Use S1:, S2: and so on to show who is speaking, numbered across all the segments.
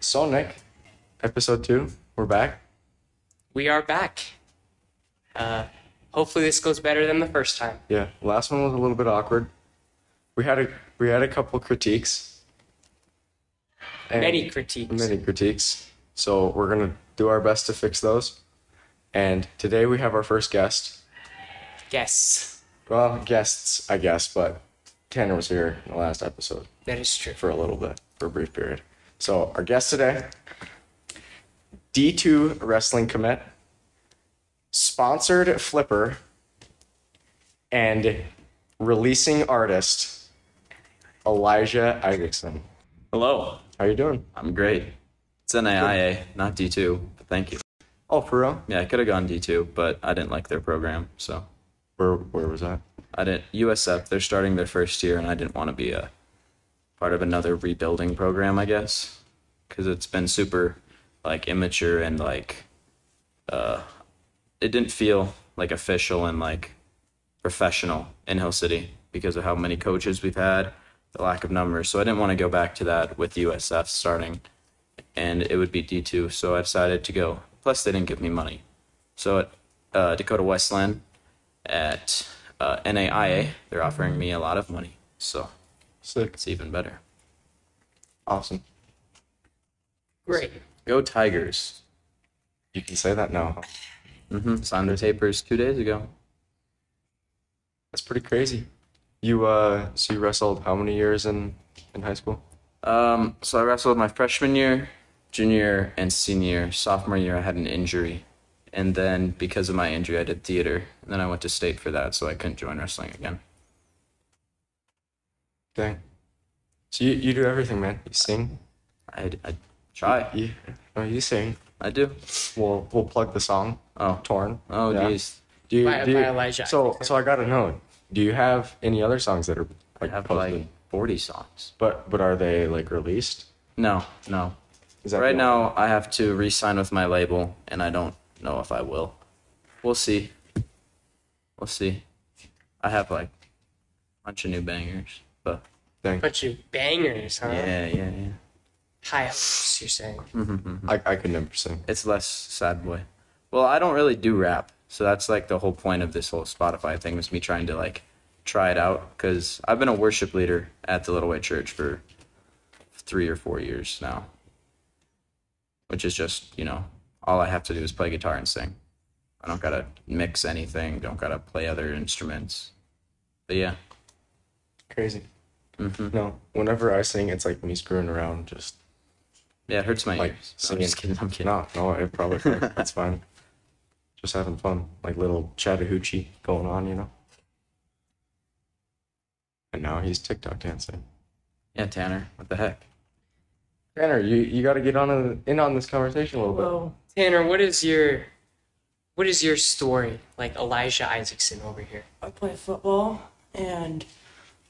S1: So, Nick, episode two, we're back.
S2: We are back. Uh, hopefully, this goes better than the first time.
S1: Yeah, last one was a little bit awkward. We had a we had a couple critiques. And
S2: Many critiques.
S1: Many critiques. So we're gonna do our best to fix those. And today we have our first guest.
S2: Yes,
S1: Well, guests, I guess, but Tanner was here in the last episode
S2: that is true.
S1: for a little bit, for a brief period. So our guest today, D2 Wrestling Commit, sponsored flipper, and releasing artist Elijah Isaacson.
S3: Hello.
S1: How you doing?
S3: I'm great. It's NAIA, not D2, but thank you.
S1: Oh, for real?
S3: Yeah, I could have gone D2, but I didn't like their program, so
S1: Where where was that?
S3: I didn't. USF, they're starting their first year, and I didn't want to be a part of another rebuilding program, I guess, because it's been super, like, immature and, like, uh, it didn't feel, like, official and, like, professional in Hill City because of how many coaches we've had, the lack of numbers. So I didn't want to go back to that with USF starting, and it would be D2. So I decided to go. Plus, they didn't give me money. So at uh, Dakota Westland, at uh, NAIA, they're offering me a lot of money. So
S1: Sick.
S3: it's even better.
S1: Awesome.
S2: Great.
S3: Go Tigers.
S1: You can say that now.
S3: Mm-hmm. Signed their tapers two days ago.
S1: That's pretty crazy. You uh so you wrestled how many years in in high school?
S3: Um, so I wrestled my freshman year, junior, year, and senior. year. Sophomore year, I had an injury, and then because of my injury, I did theater. And then I went to state for that, so I couldn't join wrestling again.
S1: Dang. So you, you do everything, man. You sing.
S3: I, I try.
S1: You, no, you sing.
S3: I do.
S1: We'll we'll plug the song.
S3: Oh,
S1: Torn.
S3: oh,
S1: Yeah.
S3: geez.
S1: Do you,
S2: By-
S1: do you,
S2: by Elijah
S1: So
S2: Isaacson.
S1: so I gotta know. Do you have any other songs that are
S3: I
S1: like
S3: have
S1: posted?
S3: like forty songs.
S1: But but are they like released?
S3: No, no.
S1: Is that
S3: right
S1: the-
S3: now, I have to re-sign with my label, and I don't know if I will. We'll see. We'll see. I have like a bunch of new bangers, but
S1: Dang.
S2: Bunch of bangers, huh?
S3: yeah, yeah, yeah.
S2: High hopes, you're saying.
S1: I I could never sing.
S3: It's less sad boy. Well, I don't really do rap, so that's like the whole point of this whole Spotify thing was me trying to like try it out because I've been a worship leader at the Little White Church for three or four years now, which is just you know all I have to do is play guitar and sing. I don't gotta mix anything. Don't gotta play other instruments. But yeah,
S1: Crazy.
S3: Mm-hmm.
S1: No. Whenever I sing, it's like me screwing around, just
S3: yeah, it hurts my
S1: like
S3: ears. No, I'm
S1: singing.
S3: just kidding. I'm kidding.
S1: No, no, it probably that's fine. Just having fun, like little Chattahoochee going on, you know. And now he's TikTok dancing.
S3: Yeah, Tanner, what the heck?
S1: Tanner, you, you got to get on a, in on this conversation a little bit.
S2: Well, Tanner, what is your what is your story like Elijah Isaacson over here?
S4: I play football, and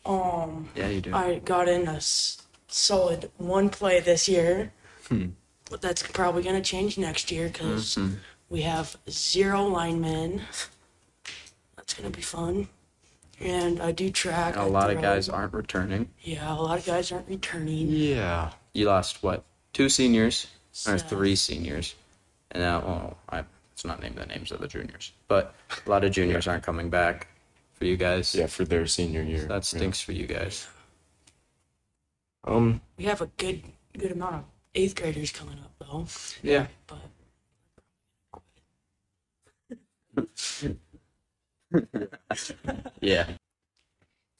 S4: um,
S3: Yeah, you do.
S4: I got in a s- solid one play this year.
S3: Hmm.
S4: But that's probably going to change next year because
S3: Mm-hmm.
S4: we have zero linemen. That's going to be fun. And I do track.
S3: A
S4: I
S3: lot of
S4: throw.
S3: guys aren't returning.
S4: Yeah, a lot of guys aren't returning.
S1: Yeah.
S3: you lost what two seniors or
S4: So-
S3: three seniors and now well I, it's not named the names of the juniors but a lot of juniors aren't coming back for you guys
S1: Yeah, for their senior year.
S3: that stinks for you guys
S1: Yeah. Um,
S4: We have a good good amount of eighth graders coming up though.
S3: yeah
S4: But
S3: yeah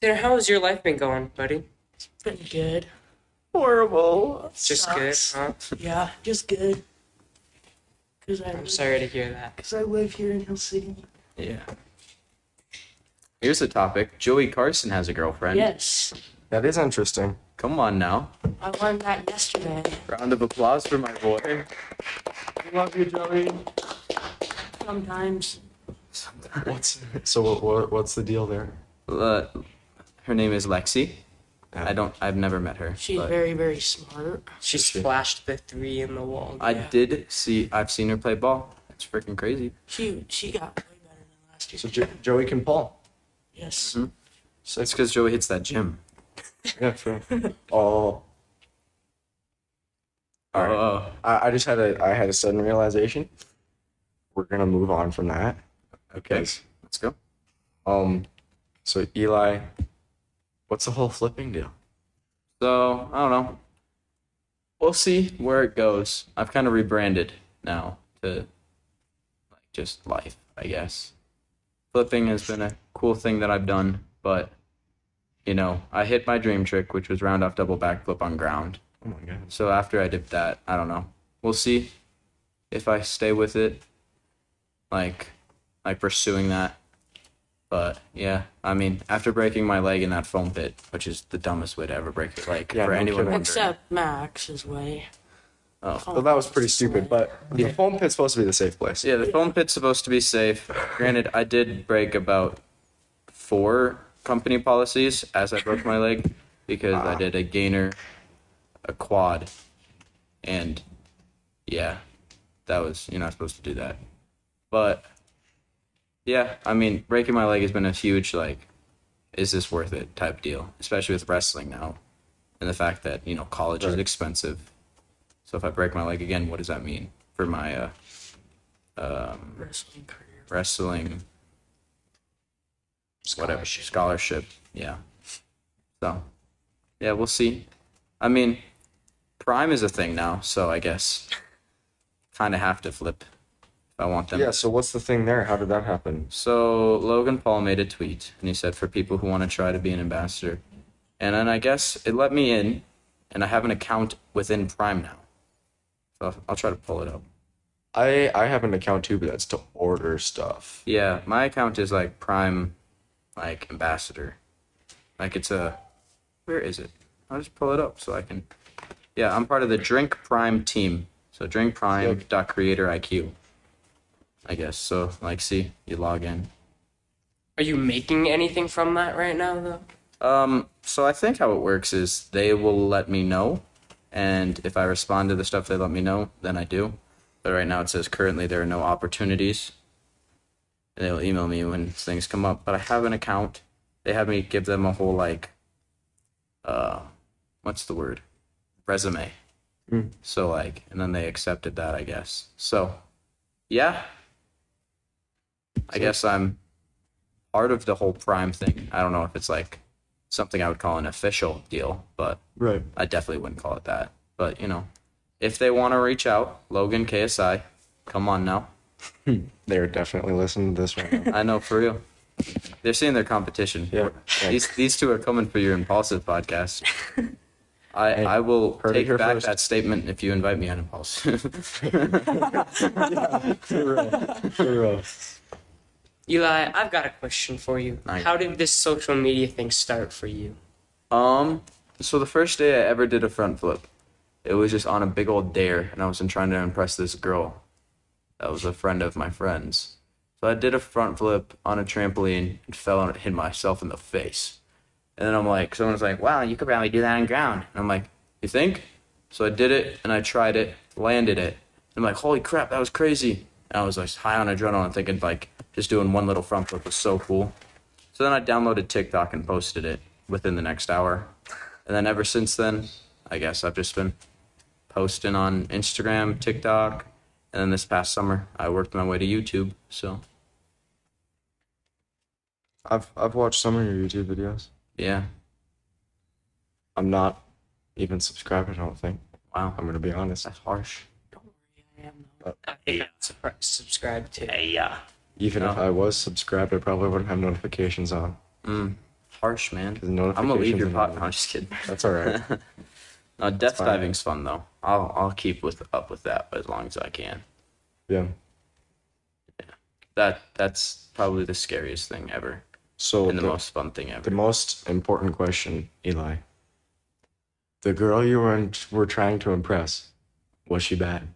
S2: Tanner, how has your life been going, buddy?
S4: it's been good.
S3: horrible
S2: Just
S4: Sucks.
S2: good, huh?
S4: Yeah, just good. Cause I
S2: I'm
S4: live-
S2: sorry to hear that.
S4: Cause I live here in Hill City.
S3: yeah here's the topic joey carson has a girlfriend
S4: Yes.
S1: that is interesting.
S3: come on now
S4: I learned that yesterday.
S3: round of applause for my boy
S1: Love you, Joey.
S4: Sometimes
S1: What's so? What, what what's the deal there?
S3: uh, her name is lexi
S1: Yeah.
S3: i don't i've never met her
S4: she's
S3: but-
S4: very, very smart.
S2: She
S1: Just good.
S2: splashed the three in the wall.
S3: i
S4: yeah.
S3: did see i've seen her play ball it's freaking crazy
S4: She she got way better than last year.
S1: So jo- Joey can Paul.
S4: yes.
S3: It's because Joey hits that gym.
S1: Yeah, true. oh, All right.
S3: Oh,
S1: I, I just had a I had a sudden realization. We're gonna move on from that.
S3: okay. Let's go.
S1: Um. So Eli, what's the whole flipping deal?
S3: So I don't know. We'll see where it goes. I've kind of rebranded now to like just life, I guess. Flipping has been a cool thing that I've done, but you know, I hit my dream trick, which was round off double backflip on ground.
S1: Oh my god.
S3: So after I did that, I don't know. We'll see if I stay with it, like, like pursuing that. But yeah, I mean, after breaking my leg in that foam pit, which is the dumbest way to ever break your leg
S1: Yeah,
S3: for
S1: no
S3: anyone
S1: kidding.
S3: wondering.
S4: Except Max's way.
S3: Oh.
S1: Well, that was pretty stupid, but the foam pit's supposed to be the safe place.
S3: Yeah, the foam pit's supposed to be safe. Granted, I did break about four company policies as I broke my leg because I did a gainer, a quad, and yeah, that was you're not supposed to do that. But yeah, I mean, breaking my leg has been a huge like, is this worth it type deal, especially with wrestling now, and the fact that you know college is
S1: Right.
S3: expensive. So if I break my leg again, what does that mean for my uh,
S4: Wrestling career.
S3: wrestling whatever
S2: Scholarship.
S3: scholarship. Yeah. So, yeah, we'll see. I mean, Prime is a thing now, so I guess kind of have to flip if I want them.
S1: Yeah. So what's the thing there? How did that happen?
S3: So Logan Paul made a tweet, and he said for people who want to try to be an ambassador, and then I guess it let me in, and I have an account within Prime now. So I'll- I'll try to pull it up.
S1: I I have an account too, but that's to order stuff.
S3: Yeah, my account is like Prime, like ambassador. Like it's a, where is it? I'll just pull it up so I can. Yeah, I'm part of the Drink Prime team. So Drink Prime dot Creator IQ. I guess so. Like, see, you log in.
S2: Are you making anything from that right now, though?
S3: Um, so I think how it works is they will let me know, and if I respond to the stuff they let me know, then I do. But right now it says currently there are no opportunities. And they'll email me when things come up. But I have an account. They have me give them a whole like, uh, what's the word? Resume. So like, and then they accepted that, I guess. So, yeah. I guess I'm part of the whole Prime thing. I don't know if it's like something I would call an official deal, but
S1: Right.
S3: I definitely wouldn't call it that. But you know, if they want to reach out, Logan KSI, come on now.
S1: They're definitely listening to this right now.
S3: I know for real. They're seeing their competition.
S1: Yeah.
S3: These these two are coming for your impulsive podcast. I, I will
S1: heard it
S3: take
S1: here
S3: back
S1: first.
S3: that statement if you invite me on impulse.
S2: Eli, I've got a question for you.
S3: Nice.
S2: How did this social media thing start for you?
S3: Um, so the first day I ever did a front flip, it was just on a big old dare, and I was trying to impress this girl. That was a friend of my friend's. So I did a front flip on a trampoline and fell and hit myself in the face. And then I'm like, someone's like, wow, you could probably do that on ground. And I'm like, you think? So I did it and I tried it, landed it. I'm like, holy crap, that was crazy. And I was like high on adrenaline, thinking like just doing one little front flip was so cool. So then I downloaded TikTok and posted it within the next hour. And then ever since then, I guess I've just been posting on Instagram, TikTok, and then this past summer I worked my way to YouTube. So
S1: I've I've watched some of your YouTube videos.
S3: yeah,
S1: I'm not even subscribed. I don't think.
S3: wow,
S1: I'm gonna be honest.
S3: that's harsh.
S2: I think I'm surprised- subscribed to.
S3: Yeah,
S1: Even if
S3: No.
S1: I was subscribed, I probably wouldn't have notifications on.
S3: harsh man.
S1: The notifications
S3: I'm gonna leave your
S1: and
S3: pot.
S1: all
S3: No, I'm just kidding.
S1: That's all right.
S3: No, death
S1: fine.
S3: diving's fun though. I'll I'll keep with up with that as long as I can.
S1: yeah.
S3: That that's probably the scariest thing ever
S1: So
S3: and the most fun thing ever.
S1: the most important question, Eli. The girl you were in, were trying to impress, was she bad?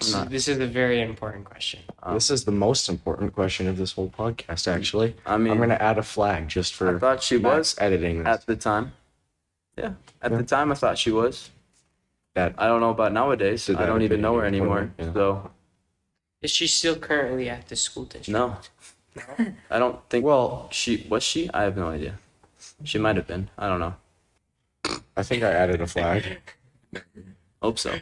S2: This is- This is a very important question.
S3: Um,
S1: this is the most important question of this whole podcast, actually.
S3: Mm-hmm. I mean-
S1: I'm gonna add a flag just for.
S3: I thought she
S1: Max
S3: was
S1: editing this.
S3: at the time. Yeah, at the time I thought she was.
S1: that.
S3: I don't know about nowadays.
S1: Did
S3: I
S1: that
S3: don't even
S1: opinion
S3: know her
S1: before,
S3: anymore.
S1: yeah.
S3: So
S2: Is she still currently at the school district?
S3: no, I don't think.
S1: Well,
S3: she was she? I have no idea. She might have been. I don't know.
S1: I think I added a flag.
S3: Hope so.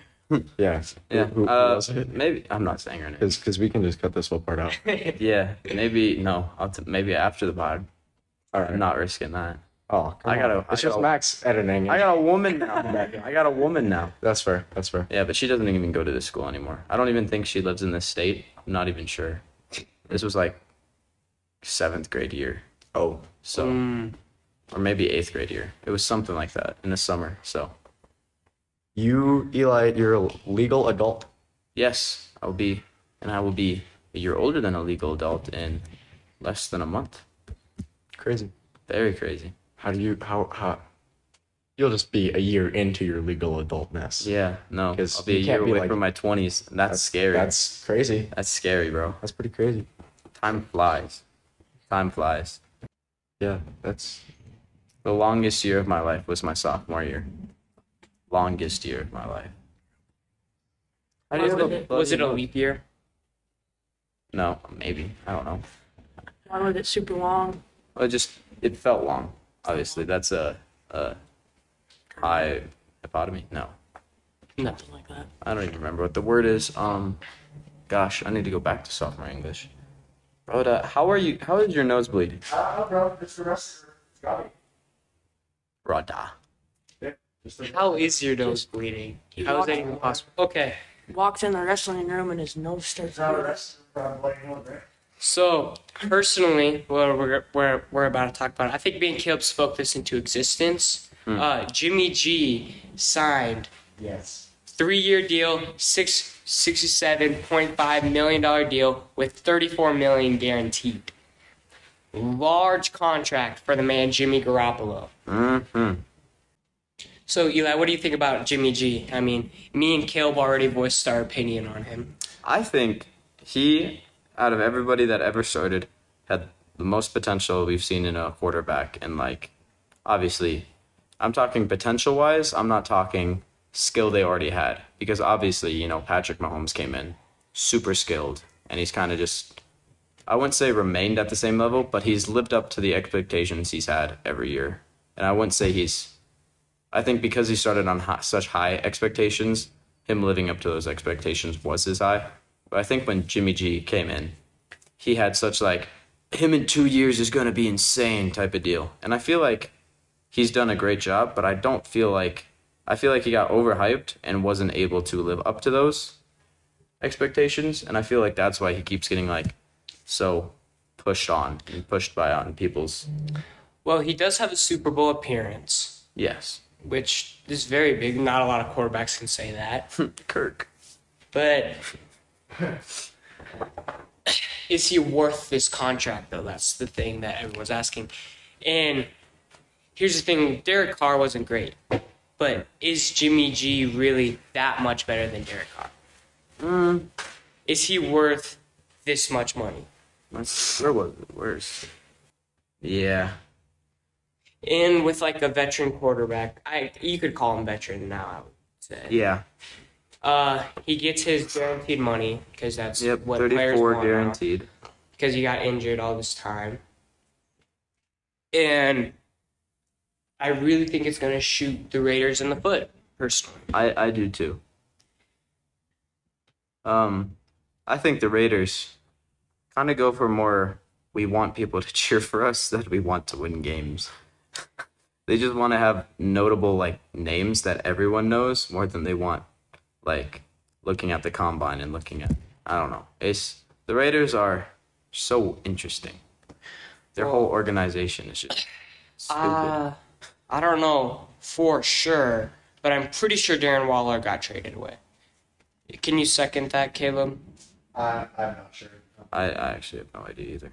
S1: Yeah.
S3: Yeah.
S1: Who, who
S3: uh,
S1: was it?
S3: Maybe I'm not saying her name.
S1: Because we can just cut this whole part out.
S3: Yeah, maybe no. I'll t- maybe after the pod.
S1: All right.
S3: I'm not risking that.
S1: Oh, come
S3: I gotta-
S1: on. It's
S3: I
S1: just
S3: gotta-
S1: Max editing.
S3: I got a woman now. I got a woman now.
S1: That's fair. That's fair.
S3: Yeah, but she doesn't even go to this school anymore. I don't even think she lives in this state. I'm not even sure. This was like seventh grade year.
S1: Oh,
S3: So, or maybe eighth grade year. It was something like that in the summer. So,
S1: you, Eli, you're a legal adult.
S3: yes, I'll be, and I will be a year older than a legal adult in less than a month.
S1: Crazy.
S3: Very crazy.
S1: How do you? How? How? You'll just be a year into your legal adultness.
S3: Yeah, no,
S1: Because
S3: I'll be a
S1: you
S3: year
S1: can't be
S3: away
S1: like-
S3: from my 20s. and That's, scary. That's,
S1: That's crazy.
S3: scary, bro.
S1: That's pretty crazy.
S3: Time flies. Time flies.
S1: Yeah. That's
S3: The longest year of my life was my sophomore year. Longest year of my life. How do you
S2: Was
S3: have a
S2: it,
S3: bloody
S2: was it a
S3: month?
S2: leap year?
S3: No, maybe. I don't know.
S4: Why was it super long?
S3: Well, it just it felt long. Obviously, that's a a high hypotomy. No,
S2: No.
S4: Something like that.
S3: I don't even remember what the word is. Um, gosh, I need to go back to sophomore English. Bro, uh, how are you? How is your nose bleeding? Roda.
S2: How is your nose bleeding? How is that even possible? Okay,
S4: Walked in the wrestling room and his nose starts. bleeding.
S2: so personally, what we're, we're, we're about to talk about, I think me and Caleb spoke this into existence. Uh, Jimmy G signed
S1: yes.
S2: three-year deal, six sixty-seven point five million dollar deal with thirty-four million guaranteed. Large contract for the man Jimmy Garoppolo.
S3: Mm-hmm.
S2: So Eli, what do you think about Jimmy G? I mean, me and Caleb already voiced our opinion on him.
S3: I think he, out of everybody that ever started, had the most potential we've seen in a quarterback. And, like, obviously, I'm talking potential wise, I'm not talking skill they already had. Because obviously, you know, Patrick Mahomes came in super skilled, and he's kind of just, I wouldn't say remained at the same level, but he's lived up to the expectations he's had every year. And I wouldn't say he's I think because he started on hi- such high expectations, him living up to those expectations was his high. But I think when Jimmy G came in, he had such like him in two years is going to be insane type of deal. And I feel like he's done a great job, but I don't feel like I feel like he got overhyped and wasn't able to live up to those expectations. And I feel like that's why he keeps getting like so pushed on and pushed by on people's
S2: Well, he does have a Super Bowl appearance,
S3: yes.
S2: which is very big. Not a lot of quarterbacks can say that.
S3: Kirk.
S2: But is he worth this contract, though? That's the thing that everyone's asking. And here's the thing Derek Carr wasn't great, but is Jimmy G really that much better than Derek Carr?
S3: Mm.
S2: Is he worth this much money?
S3: That's- Where was it? Where's? Yeah.
S2: And with like a veteran quarterback, I you could call him veteran now, I would say.
S3: Yeah.
S2: Uh, he gets his guaranteed money because that's
S3: Yep.
S2: what players
S3: Thirty-four
S2: want now.
S3: guaranteed.
S2: because he got injured all this time. And I really think it's going to shoot the Raiders in the foot, personally.
S3: I I do too. Um, I think the Raiders kind of go for more. We want people to cheer for us that we want to win games. they just want to have notable like names that everyone knows more than they want like looking at the combine and looking at I don't know. It's the Raiders are so interesting. Their whole organization is just stupid.
S2: Uh, I don't know for sure, but I'm pretty sure Darren Waller got traded away. Can you second that, Caleb?
S5: I, I'm not sure.
S3: I, I actually have no idea either.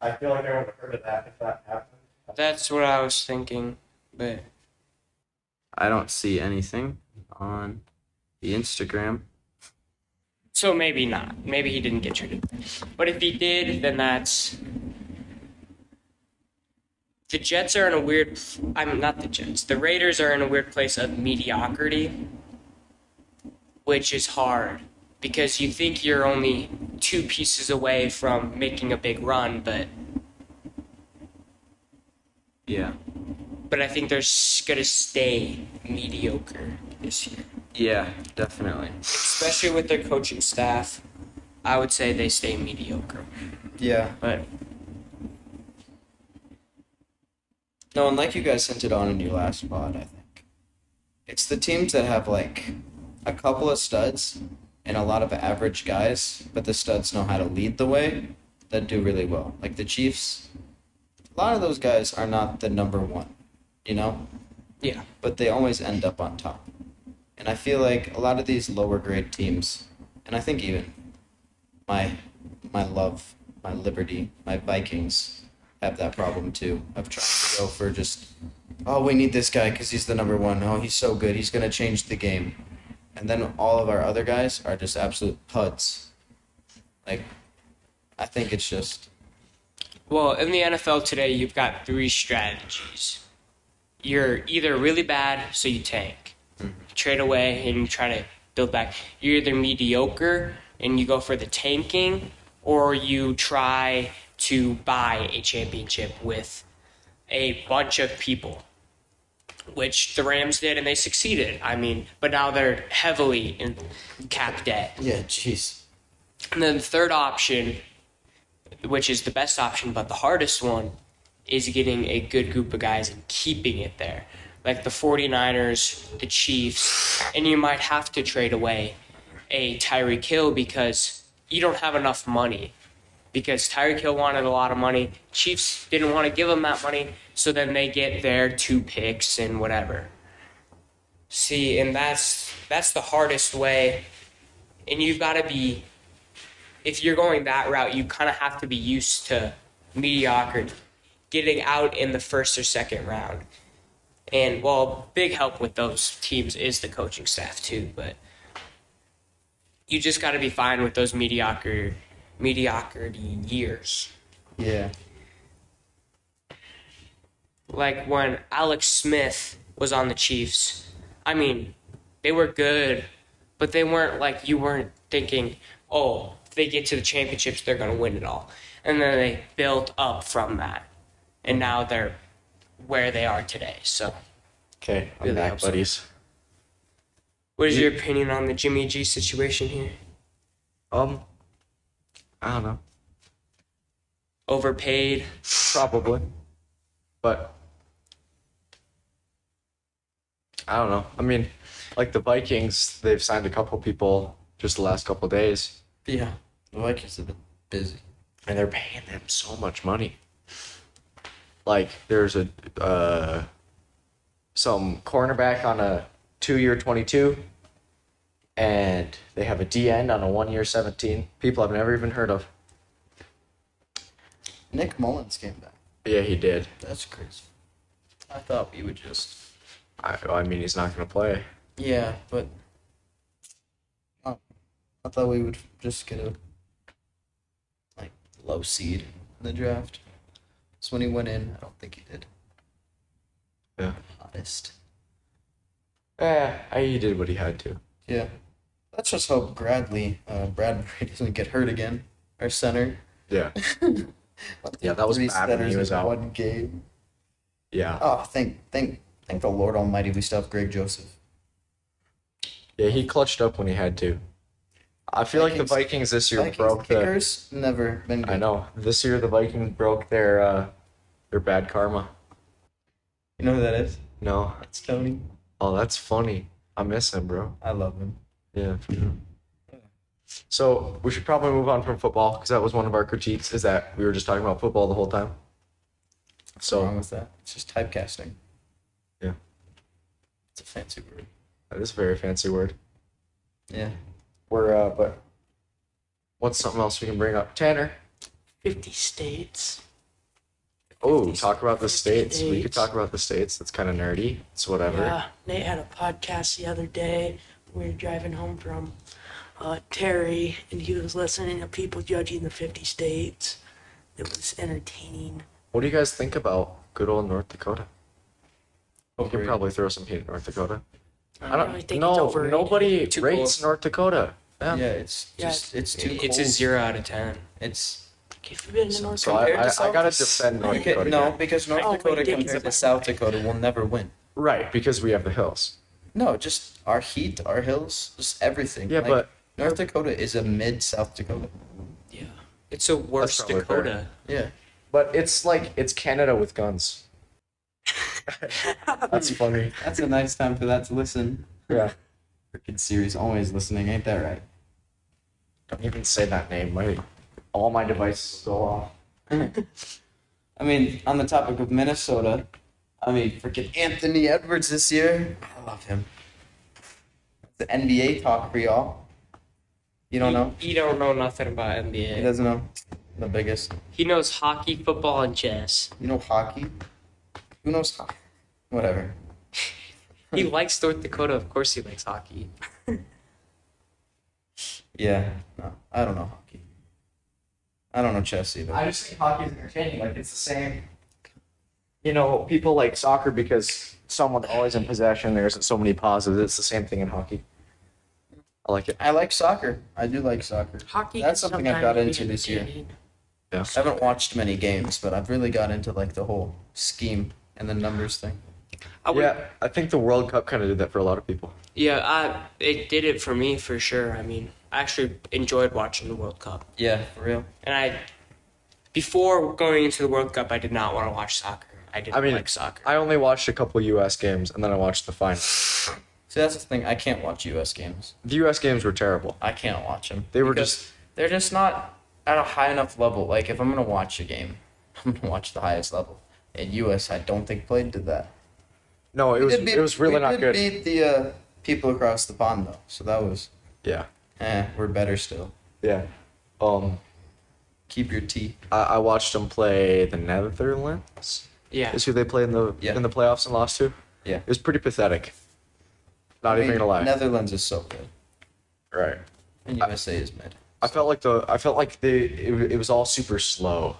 S5: I feel like I would have heard of that if that happened.
S2: That's what I was thinking, but
S3: I don't see anything on the Instagram.
S2: so maybe not. Maybe he didn't get traded. But if he did, then that's the Jets are in a weird. I'm not the Jets. The Raiders are in a weird place of mediocrity, which is hard because you think you're only two pieces away from making a big run, but
S3: Yeah.
S2: but I think they're going to stay mediocre this year.
S6: Yeah, definitely.
S2: especially with their coaching staff. I would say they stay mediocre,
S6: Yeah.
S2: but
S6: No, and like you guys hinted on in your last pod, I think it's the teams that have like a couple of studs and a lot of average guys, but the studs know how to lead the way that do really well. Like the Chiefs, a lot of those guys are not the number one, you know,
S2: yeah,
S6: but they always end up on top. And I feel like a lot of these lower grade teams, and I think even my my love, my liberty, my Vikings have that problem too of trying to go for just oh we need this guy because he's the number one. Oh he's so good he's gonna change the game, and then all of our other guys are just absolute puds. Like, I think it's just
S2: Well, in the NFL today, you've got three strategies. You're either really bad, so you tank, you trade away, and you try to build back. You're either mediocre and you go for the tanking, or you try to buy a championship with a bunch of people, which the Rams did, and they succeeded. I mean, but now they're heavily in cap debt.
S6: yeah jeez
S2: And then the third option, which is the best option but the hardest one, is getting a good group of guys and keeping it there. Like the 49ers, the Chiefs, and you might have to trade away a Tyreek Hill because you don't have enough money. Because Tyreek Hill wanted a lot of money, Chiefs didn't want to give him that money, so then they get their two picks and whatever. See, and that's that's the hardest way, and you've got to be if you're going that route, you kind of have to be used to mediocrity, getting out in the first or second round. And well, big help with those teams is the coaching staff too, but you just got to be fine with those mediocre mediocrity years.
S6: yeah
S2: Like when Alex Smith was on the Chiefs, I mean, they were good, but they weren't like you weren't thinking, oh, if they get to the championships, they're going to win it all. And then they built up from that. And now they're where they are today. So,
S1: Okay, I'm
S2: Really
S1: back,
S2: helps.
S1: buddies.
S2: what is your opinion on the Jimmy G situation here?
S1: Um, I don't know.
S2: Overpaid?
S1: Probably. But I don't know. I mean, like the Vikings, they've signed a couple people just the last couple days,
S6: yeah the Vikings have been busy.
S1: and they're paying them so much money. Like there's a uh, some cornerback on a two-year twenty-two, and they have a DN on a one-year seventeen. People I've never even heard of.
S6: Nick Mullins came back.
S1: Yeah, he did.
S6: That's crazy. I thought we would just.
S1: I, I mean, he's not gonna play.
S6: Yeah, but. Oh, I thought we would just get a. Like, low seed in the draft. So when he went in, I don't think he did.
S1: Yeah.
S6: Honest.
S1: Eh, he did what he had to.
S6: Yeah. Let's just hope Bradley, uh, Bradbury doesn't get hurt again. Our center.
S1: Yeah. Yeah, that was
S6: Three
S1: bad when he
S6: centers
S1: was
S6: in
S1: out.
S6: One game.
S1: Yeah.
S6: Oh, thank, thank, thank the Lord Almighty we still have Greg Joseph.
S1: Yeah, he clutched up when he had to. I feel like
S6: Vikings-
S1: the Vikings this year
S6: Vikings
S1: broke the.
S6: kickers never been good.
S1: I know this year the Vikings broke their uh, their bad karma.
S6: You know who that is?
S1: No,
S6: It's Tony.
S1: oh that's funny. I miss him, bro.
S6: I love him.
S1: Yeah. for sure. So we should probably move on from football because that was one of our critiques is that we were just talking about football the whole time.
S6: What's
S1: So
S6: wrong with that? It's just typecasting.
S1: Yeah.
S6: It's a fancy word.
S1: that is a very fancy word.
S6: Yeah.
S1: We're uh, but what's something else we can bring up? Tanner,
S4: 50 states.
S1: Oh, talk about the states. We could
S4: states.
S1: talk about the states. That's kind of nerdy. It's whatever.
S4: Yeah, Nate Uh, had a podcast the other day. We were driving home from uh, Terry, and he was listening to people judging the 50 states. It was entertaining.
S1: What do you guys think about good old North Dakota? You can probably throw some heat at North Dakota. I don't
S4: really think it's
S1: no,
S4: overrated.
S1: nobody
S2: Too
S1: rates
S2: cold.
S1: North Dakota. Yeah.
S6: Yeah, it's
S4: Yeah,
S6: just it's too cold.
S2: It's a zero out of 10.
S6: It's
S4: Have you been to North
S1: So I,
S6: Compared to
S1: I, I
S6: South-
S1: gotta defend North
S6: Okay,
S1: Dakota.
S6: no,
S1: here.
S6: because North
S4: Oh, wait,
S6: Dakota
S4: Dickie
S6: compared
S4: said
S6: to
S4: that.
S6: South Dakota will never win.
S1: Right, because we have the hills.
S6: No, just our heat, our hills, just everything.
S1: Yeah, but-
S6: North Dakota is a mid South Dakota.
S2: Yeah. It's a worse
S1: probably fair.
S2: Dakota.
S6: Yeah.
S1: But it's like it's Canada with guns.
S6: That's funny. That's a nice time for that to listen.
S1: Yeah.
S6: Freaking series always listening, ain't that right?
S1: Don't even say that name. My all my devices go off.
S6: I mean, on the topic of Minnesota, I mean, freaking Anthony Edwards this year. I love him. The NBA talk for y'all. You don't know?
S2: He, he don't know nothing about
S6: He
S2: NBA.
S6: doesn't know. The biggest.
S2: He knows hockey, football, and chess.
S6: You know hockey? Who knows hockey? Whatever.
S2: He likes North Dakota. Of course, he likes hockey.
S6: Yeah. No, I don't know hockey. I don't know chess either.
S1: I just think hockey is entertaining. Like it's the same. You know, people like soccer because someone's always in possession. There isn't so many pauses. It's the same thing in hockey. I like it.
S6: I like soccer. I do like soccer.
S4: Hockey.
S6: That's
S4: can
S6: something I've
S4: sometimes
S6: got
S4: be
S6: into this year.
S4: entertaining.
S1: Yeah.
S6: I haven't watched many games, but I've really got into like the whole scheme and the numbers thing.
S2: I would, yeah.
S1: Yeah, I think the World Cup kind of did that for a lot of people.
S2: I, it did it for me for sure. I mean, I actually enjoyed watching the World Cup.
S6: Yeah, for real.
S2: And I, before going into the World Cup, I did not want to watch soccer. I didn't
S1: I mean,
S2: like soccer.
S1: I only watched a couple U.S. games, and then I watched the final.
S6: See, that's the thing. I can't watch U.S. games.
S1: The U.S. games were terrible.
S6: I can't watch them.
S1: They were
S6: Because
S1: just-
S6: They're just not at a high enough level. Like if I'm gonna watch a game, I'm gonna watch the highest level. And U.S. I don't think played did that.
S1: No, it was
S6: Did beat-
S1: it was really
S6: we
S1: not
S6: did
S1: good.
S6: Beat the uh, people across the pond though, so that was
S1: Yeah,
S6: eh. We're better still.
S1: yeah. Um,
S6: Keep your tea.
S1: I, I watched them play the Netherlands.
S2: yeah.
S1: Is who they played in the
S6: Yeah.
S1: in the playoffs and lost to.
S6: Yeah.
S1: It was pretty pathetic. Not
S6: I
S1: even
S6: mean,
S1: gonna lie. Uh,
S6: Netherlands is so good,
S1: right.
S6: and USA is mid.
S1: I felt like the I felt like the it, it was all super slow.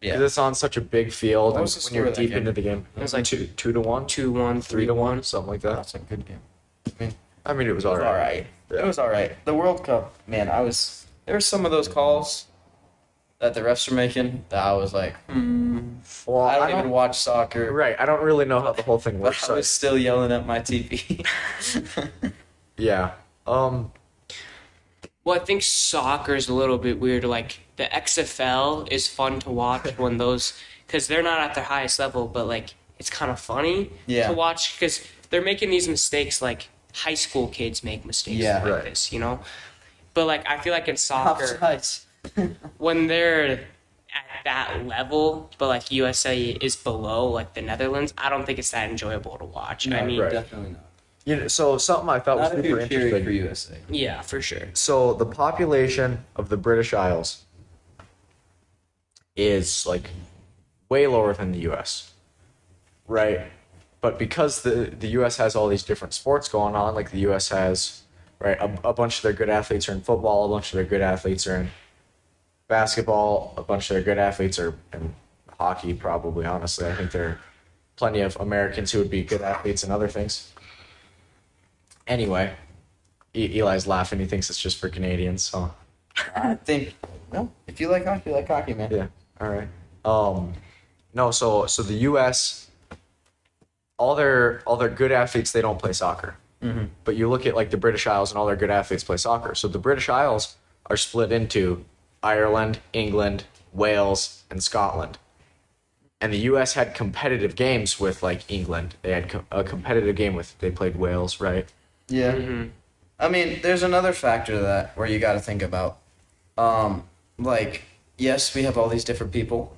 S1: Because
S6: Yeah.
S1: it's on such a big field
S6: What
S1: and
S6: was the
S1: when
S6: score
S1: you're
S6: of that
S1: deep
S6: game?
S1: into the game. It
S2: was like
S1: two two to one,
S2: Two one,
S1: three
S2: three to one.
S1: something like that.
S6: That's a good game. I mean,
S1: I mean it was
S6: It was
S1: alright.
S6: all right. It was all right. The World Cup, man, I was. There were some of those calls that the refs were making that I was like,
S1: Well,
S6: I don't,
S1: I don't-
S6: even watch soccer,
S1: Right. I don't really know how the whole thing
S6: but
S1: works.
S6: I
S1: so-
S6: was still yelling at my TV.
S1: yeah. Um
S2: Well, I think soccer is a little bit weird. Like the XFL is fun to watch when those, because they're not at their highest level, but like it's kind of funny
S6: Yeah.
S2: to watch because they're making these mistakes like high school kids make mistakes
S6: Yeah.
S2: like
S1: Right.
S2: this, you know. But like I feel like in soccer,
S6: Offsides.
S2: when they're at that level, but like USA is below like the Netherlands, I don't think it's that enjoyable to watch. I mean,
S1: right.
S6: definitely not.
S1: you know, so something I thought
S6: Not
S1: was
S6: if
S1: super
S6: you're cheering for
S1: interesting.
S6: USA.
S2: yeah, for sure.
S1: So the population of the British Isles is like way lower than the US. Right? But because the the US has all these different sports going on, like the US has right a, a bunch of their good athletes are in football, a bunch of their good athletes are in basketball, a bunch of their good athletes are in hockey probably honestly. I think there are plenty of Americans who would be good athletes in other things. Anyway, E- Eli's laughing. He thinks it's just for Canadians. So
S6: I think no. If you like hockey, you like hockey, man.
S1: yeah, all right. Um, no, so so the U.S. all their all their good athletes they don't play soccer. But you look at like the British Isles and all their good athletes play soccer. So the British Isles are split into Ireland, England, Wales, and Scotland. And the U.S. had competitive games with like England. They had co- a competitive game with they played Wales, right?
S6: Yeah.
S1: Mm-hmm.
S6: I mean, there's another factor to that where you got to think about. Um, like, yes, we have all these different people,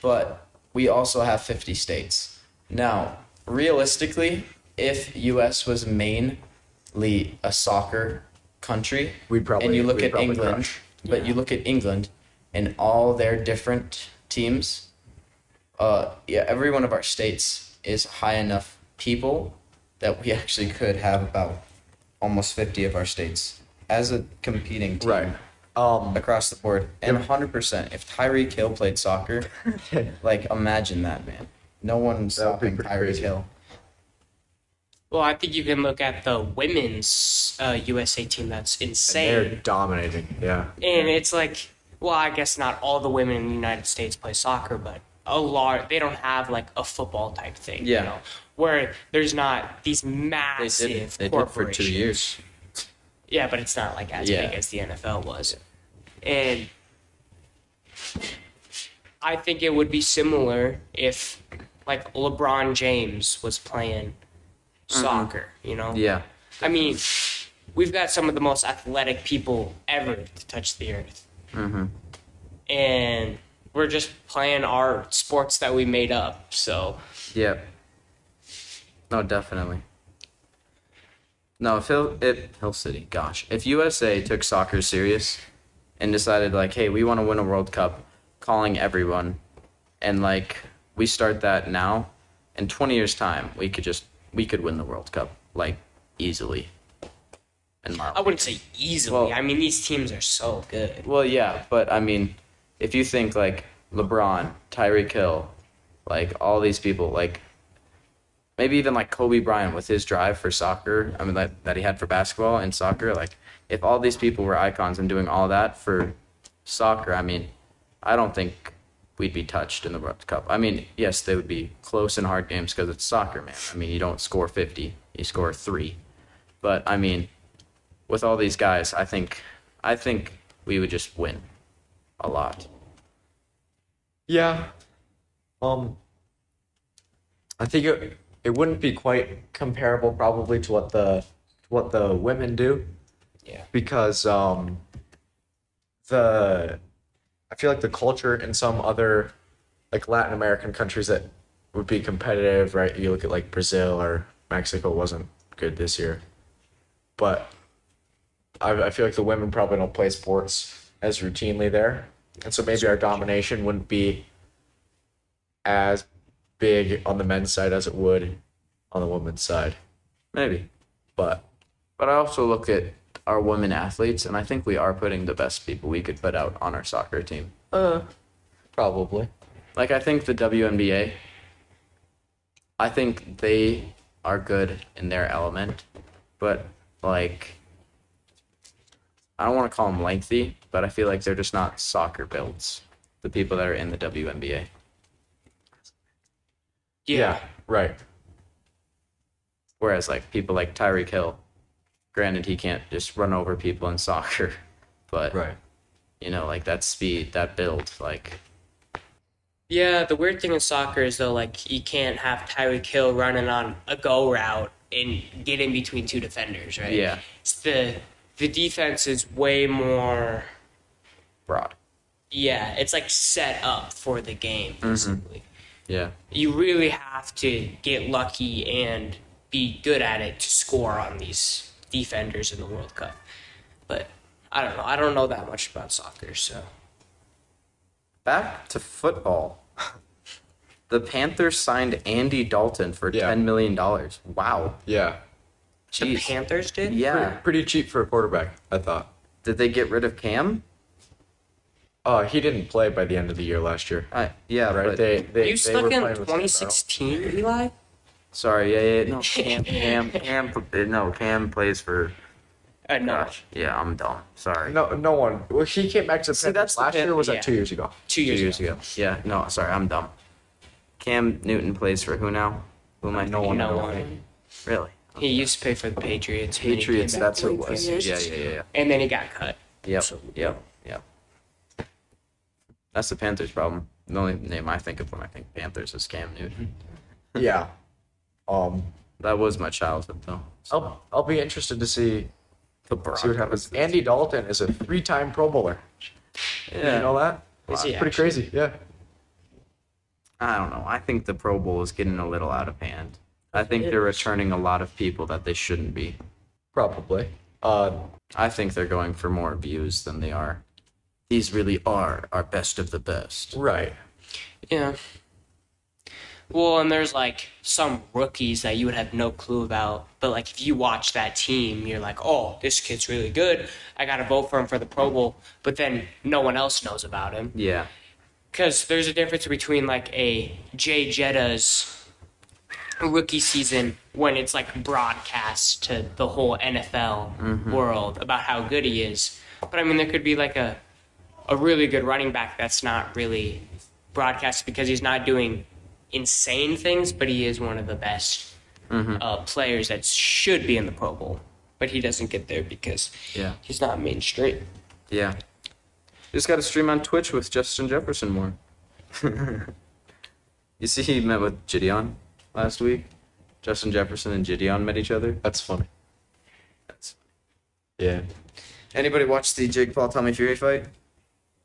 S6: but we also have 50 states. Now, realistically, if U.S. was mainly a soccer country,
S1: We'd probably-
S6: and you look
S1: we'd
S6: at
S1: probably
S6: England,
S1: crush.
S6: but you look at England and all their different teams. Uh, yeah, every one of our states is high enough people that we actually could have about almost 50 of our states as a competing team
S1: Right. Um,
S6: across the board. And 100%, if Tyreek Hill played soccer, like imagine that, man. No one's
S1: That would be
S6: stopping
S1: pretty
S6: Tyreek
S1: crazy.
S6: Hill.
S2: Well, I think you can look at the women's uh, USA team. That's insane.
S1: they're dominating. Yeah.
S2: And it's like, well, I guess not all the women in the United States play soccer, but a large. They don't have like a football type thing.
S3: Yeah.
S2: You know, where there's not these
S3: They
S2: massive
S3: did. They did for
S2: corporations.
S3: two years.
S2: Yeah, but it's not like as
S3: Yeah.
S2: big as the NFL was. And I think it would be similar if like LeBron James was playing
S3: Mm-hmm.
S2: soccer, you know?
S3: Yeah.
S2: I mean, we've got some of the most athletic people ever to touch the earth. Mm-hmm. And we're just playing our sports that we made up. So,
S3: Yeah. No, definitely. No, if Hill, if Hill City, gosh, if USA took soccer serious and decided like, hey, we want to win a World Cup, calling everyone, and like we start that now, in 20 years time, we could just we could win the World Cup like easily. And
S2: I wouldn't say easily.
S3: Well-
S2: I mean, these teams are so good.
S3: Well, yeah, but I mean, if you think like LeBron, Tyreek Hill, like all these people, like maybe even like Kobe Bryant with his drive for soccer, I mean that that he had for basketball and soccer, like if all these people were icons and doing all that for soccer, I mean, I don't think we'd be touched in the World Cup. I mean, yes, they would be close and hard games because it's soccer, man. I mean, you don't score 50, you score 3. But I mean, with all these guys, I think I think we would just win a lot.
S1: Yeah. Um, I think it it wouldn't be quite comparable probably to what the to what the women do.
S2: Yeah.
S1: Because um, the I feel like the culture in some other like Latin American countries that would be competitive, right? You look at like Brazil or Mexico wasn't good this year, but I, I feel like the women probably don't play sports as routinely there, and so maybe our domination wouldn't be as big on the men's side as it would on the women's side.
S3: Maybe.
S1: But
S3: But I also look at our women athletes and I think we are putting the best people we could put out on our soccer team.
S1: probably,
S3: Like I think the WNBA I think they are good in their element, but like I don't want to call them lengthy, but I feel like they're just not soccer builds. The people that are in the WNBA.
S1: yeah, right.
S3: Whereas like people like Tyreek Hill, granted he can't just run over people in soccer, but
S1: Right.
S3: you know like that speed, that build, like
S2: Yeah, the weird thing in soccer is though, like you can't have Tyreek Hill running on a go route and get in between two defenders, right?
S3: Yeah.
S2: it's the the defense is way more.
S3: broad.
S2: Yeah, it's like set up for the game basically.
S3: Yeah.
S2: You really have to get lucky and be good at it to score on these defenders in the World Cup. But I don't know. I don't know that much about soccer, so
S3: Back to football. the Panthers signed Andy Dalton for
S1: Yeah.
S3: ten million dollars. Wow.
S1: Yeah,
S2: the
S3: Jeez.
S2: Panthers did.
S3: yeah.
S1: pretty cheap for a quarterback, I thought.
S3: Did they get rid of Cam?
S1: Oh, he didn't play by the end of the year last year.
S3: I, yeah.
S1: Right?
S3: Right.
S1: They they
S2: You
S1: they
S2: stuck
S1: were
S2: in
S1: playing with Cam
S2: 2016, Eli?
S3: sorry. Yeah. Yeah. No. Cam. Cam. Cam. No. Cam plays for.
S2: Uh, no,
S3: Gosh. Yeah. I'm dumb. Sorry.
S1: Darnold. No, no one. Well, he came back to the
S3: See,
S1: Panthers
S3: that's the
S1: last year.
S3: Pan-
S1: or Was
S2: yeah.
S1: that two years ago?
S2: two years,
S3: two years
S2: ago.
S3: ago. Yeah, no, sorry, I'm dumb. Cam Newton plays for who now? Who am I? No
S2: You know,
S3: Really?
S2: he used to play for the Patriots. and then he came
S3: Patriots.
S2: back
S3: That's who it
S4: played for
S3: was. Yeah,
S4: years.
S3: yeah, yeah, yeah.
S2: and then he got cut.
S3: Yep. Yep. Yep. That's the Panthers' problem. The only name I think of when I think Panthers is Cam Newton.
S1: yeah. Um,
S3: That was my childhood though.
S1: I'll I'll be interested to see
S3: The
S1: see what happens. Andy Dalton is a three-time Pro Bowler.
S3: Yeah.
S1: You know that?
S2: Is he
S1: Pretty crazy. Yeah.
S3: I don't know. I think the Pro Bowl is getting a little out of hand. I think they're returning a lot of people that they shouldn't be.
S1: Probably. Uh,
S3: I think they're going for more views than they are. These really are our best of the best.
S1: right.
S2: Yeah. Well, and there's like some rookies that you would have no clue about, but like if you watch that team, you're like, oh, this kid's really good. I gotta vote for him for the Pro Bowl, but then no one else knows about him
S3: Yeah.
S2: because there's a difference between like a Jay Jetta's rookie season when it's like broadcast to the whole NFL world about how good he is. But I mean, there could be like a a really good running back that's not really broadcast because he's not doing insane things, but he is one of the best uh, players that should be in the Pro Bowl. But he doesn't get there because
S3: Yeah.
S2: he's not mainstream.
S3: Yeah. Just got to stream on Twitch with Justin Jefferson more. you see, he met with Gideon last week. Justin Jefferson and Gideon met each other.
S1: That's funny.
S3: That's...
S1: Yeah.
S3: Anybody watch the Jake Paul Tommy Fury fight?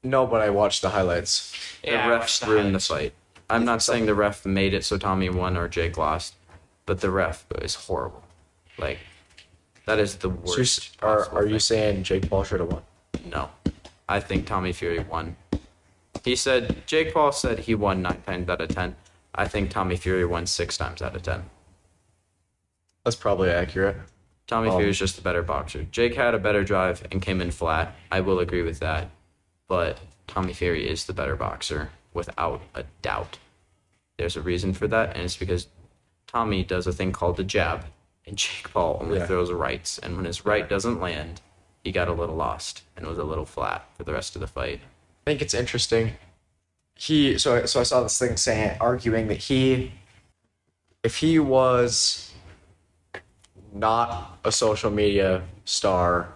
S1: No, but I watched the highlights.
S2: Yeah, I
S3: the
S2: watched
S3: refs
S2: the
S3: ruined
S2: highlights.
S3: the fight. I'm not saying the ref made it so Tommy won or Jake lost, but the ref is horrible. Like, that is the
S1: So
S3: worst.
S1: you're s- are,
S3: possible
S1: are you
S3: thing.
S1: saying Jake Paul should have won?
S3: No. I think Tommy Fury won. He said Jake Paul said he won nine times out of ten. I think Tommy Fury won six times out of ten.
S1: That's probably accurate.
S3: Tommy
S1: Um,
S3: Fury is just the better boxer. Jake had a better drive and came in flat. I will agree with that. But Tommy Fury is the better boxer without a doubt. There's a reason for that, and it's because Tommy does a thing called the jab, and Jake Paul only
S1: Yeah.
S3: throws rights. And when his right doesn't land, he got a little lost and was a little flat for the rest of the fight.
S1: I think it's interesting. He so so I saw this thing saying arguing that he, if he was not a social media star,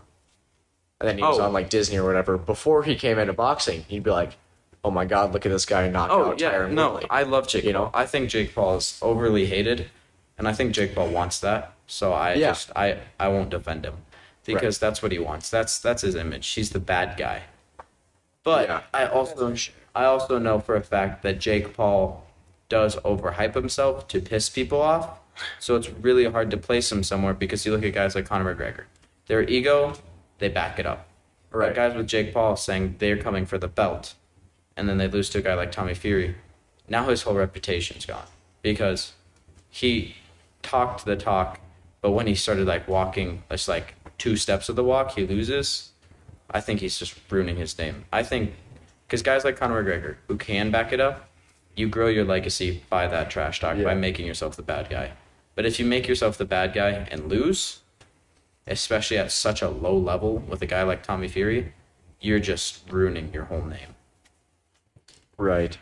S1: and then he was
S3: Oh.
S1: on like Disney or whatever before he came into boxing, he'd be like, "Oh my God, look at this guy knock
S3: Oh
S1: out
S3: yeah,
S1: Tyron
S3: no,
S1: Woodley."
S3: I love Jake.
S1: You
S3: You
S1: know?
S3: know, I think Jake Paul is overly hated, and I think Jake Paul wants that. So I
S1: Yeah.
S3: just I I won't defend him because that's what he wants. That's that's his image. He's the bad guy. But
S1: Yeah.
S3: I also I also know for a fact that Jake Paul does overhype himself to piss people off. So it's really hard to place him somewhere because you look at guys like Conor McGregor. Their ego, they back it up. Right.
S1: Right.
S3: guys with Jake Paul saying they're coming for the belt, and then they lose to a guy like Tommy Fury. Now his whole reputation's gone because he talked the talk, but when he started like walking just like two steps of the walk, he loses. I think he's just ruining his name. I think because guys like Conor McGregor who can back it up, you grow your legacy by that trash talk
S1: Yeah.
S3: by making yourself the bad guy. But if you make yourself the bad guy and lose, especially at such a low level with a guy like Tommy Fury, you're just ruining your whole name.
S1: right.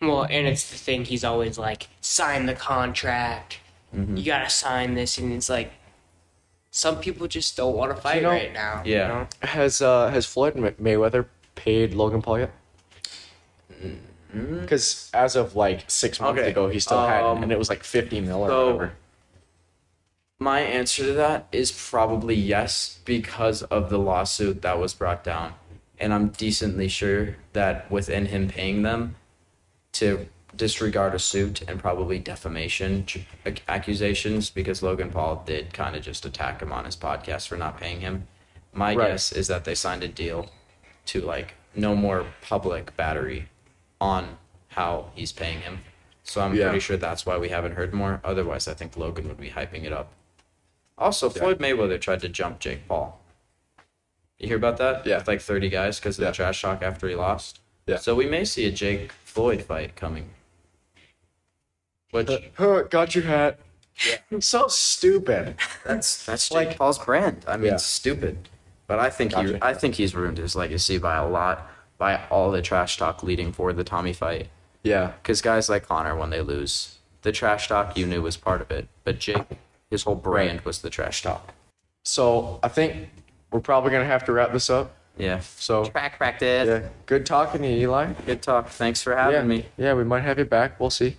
S2: Well, and it's the thing he's always like, sign the contract. You gotta sign this, and it's like, some people just don't want to fight
S1: know-
S2: right now. you
S3: Yeah.
S2: know?
S1: Has uh has Floyd May- Mayweather paid Logan Paul yet? Because as of like six months
S3: Mm-hmm. Okay,
S1: ago, he still hadn't,
S3: um,
S1: and it was like fifty mil or
S3: so-
S1: whatever.
S3: My answer to that is probably yes because of the lawsuit that was brought down. And I'm decently sure that within him paying them to disregard a suit and probably defamation ch- ac- accusations because Logan Paul did kind of just attack him on his podcast for not paying him. My
S1: Right.
S3: guess is that they signed a deal to like no more public battery on how he's paying him. So I'm
S1: Yeah.
S3: pretty sure that's why we haven't heard more. Otherwise, I think Logan would be hyping it up. Also, Floyd Mayweather tried to jump Jake Paul. You hear about that?
S1: Yeah.
S3: With like 30 guys because of
S1: Yeah.
S3: the trash talk after he lost.
S1: Yeah.
S3: So we may see a Jake Floyd fight coming. Which
S1: Huh, got your hat. So stupid.
S3: that's that's
S1: Jake
S3: like Paul's brand. I mean,
S1: Yeah.
S3: it's stupid, but I think he
S1: Gotcha.
S3: I think he's ruined his legacy by a lot by all the trash talk leading for the Tommy fight.
S1: Yeah.
S3: Because guys like Connor, when they lose, the trash talk you knew was part of it, but Jake, his whole brand was the trash talk.
S1: So I think we're probably gonna have to wrap this up.
S3: Yeah.
S1: So
S3: Track practice.
S1: yeah, good talking to you, Eli.
S3: Good talk. Thanks for having
S1: yeah.
S3: me.
S1: Yeah, we might have you back. We'll see.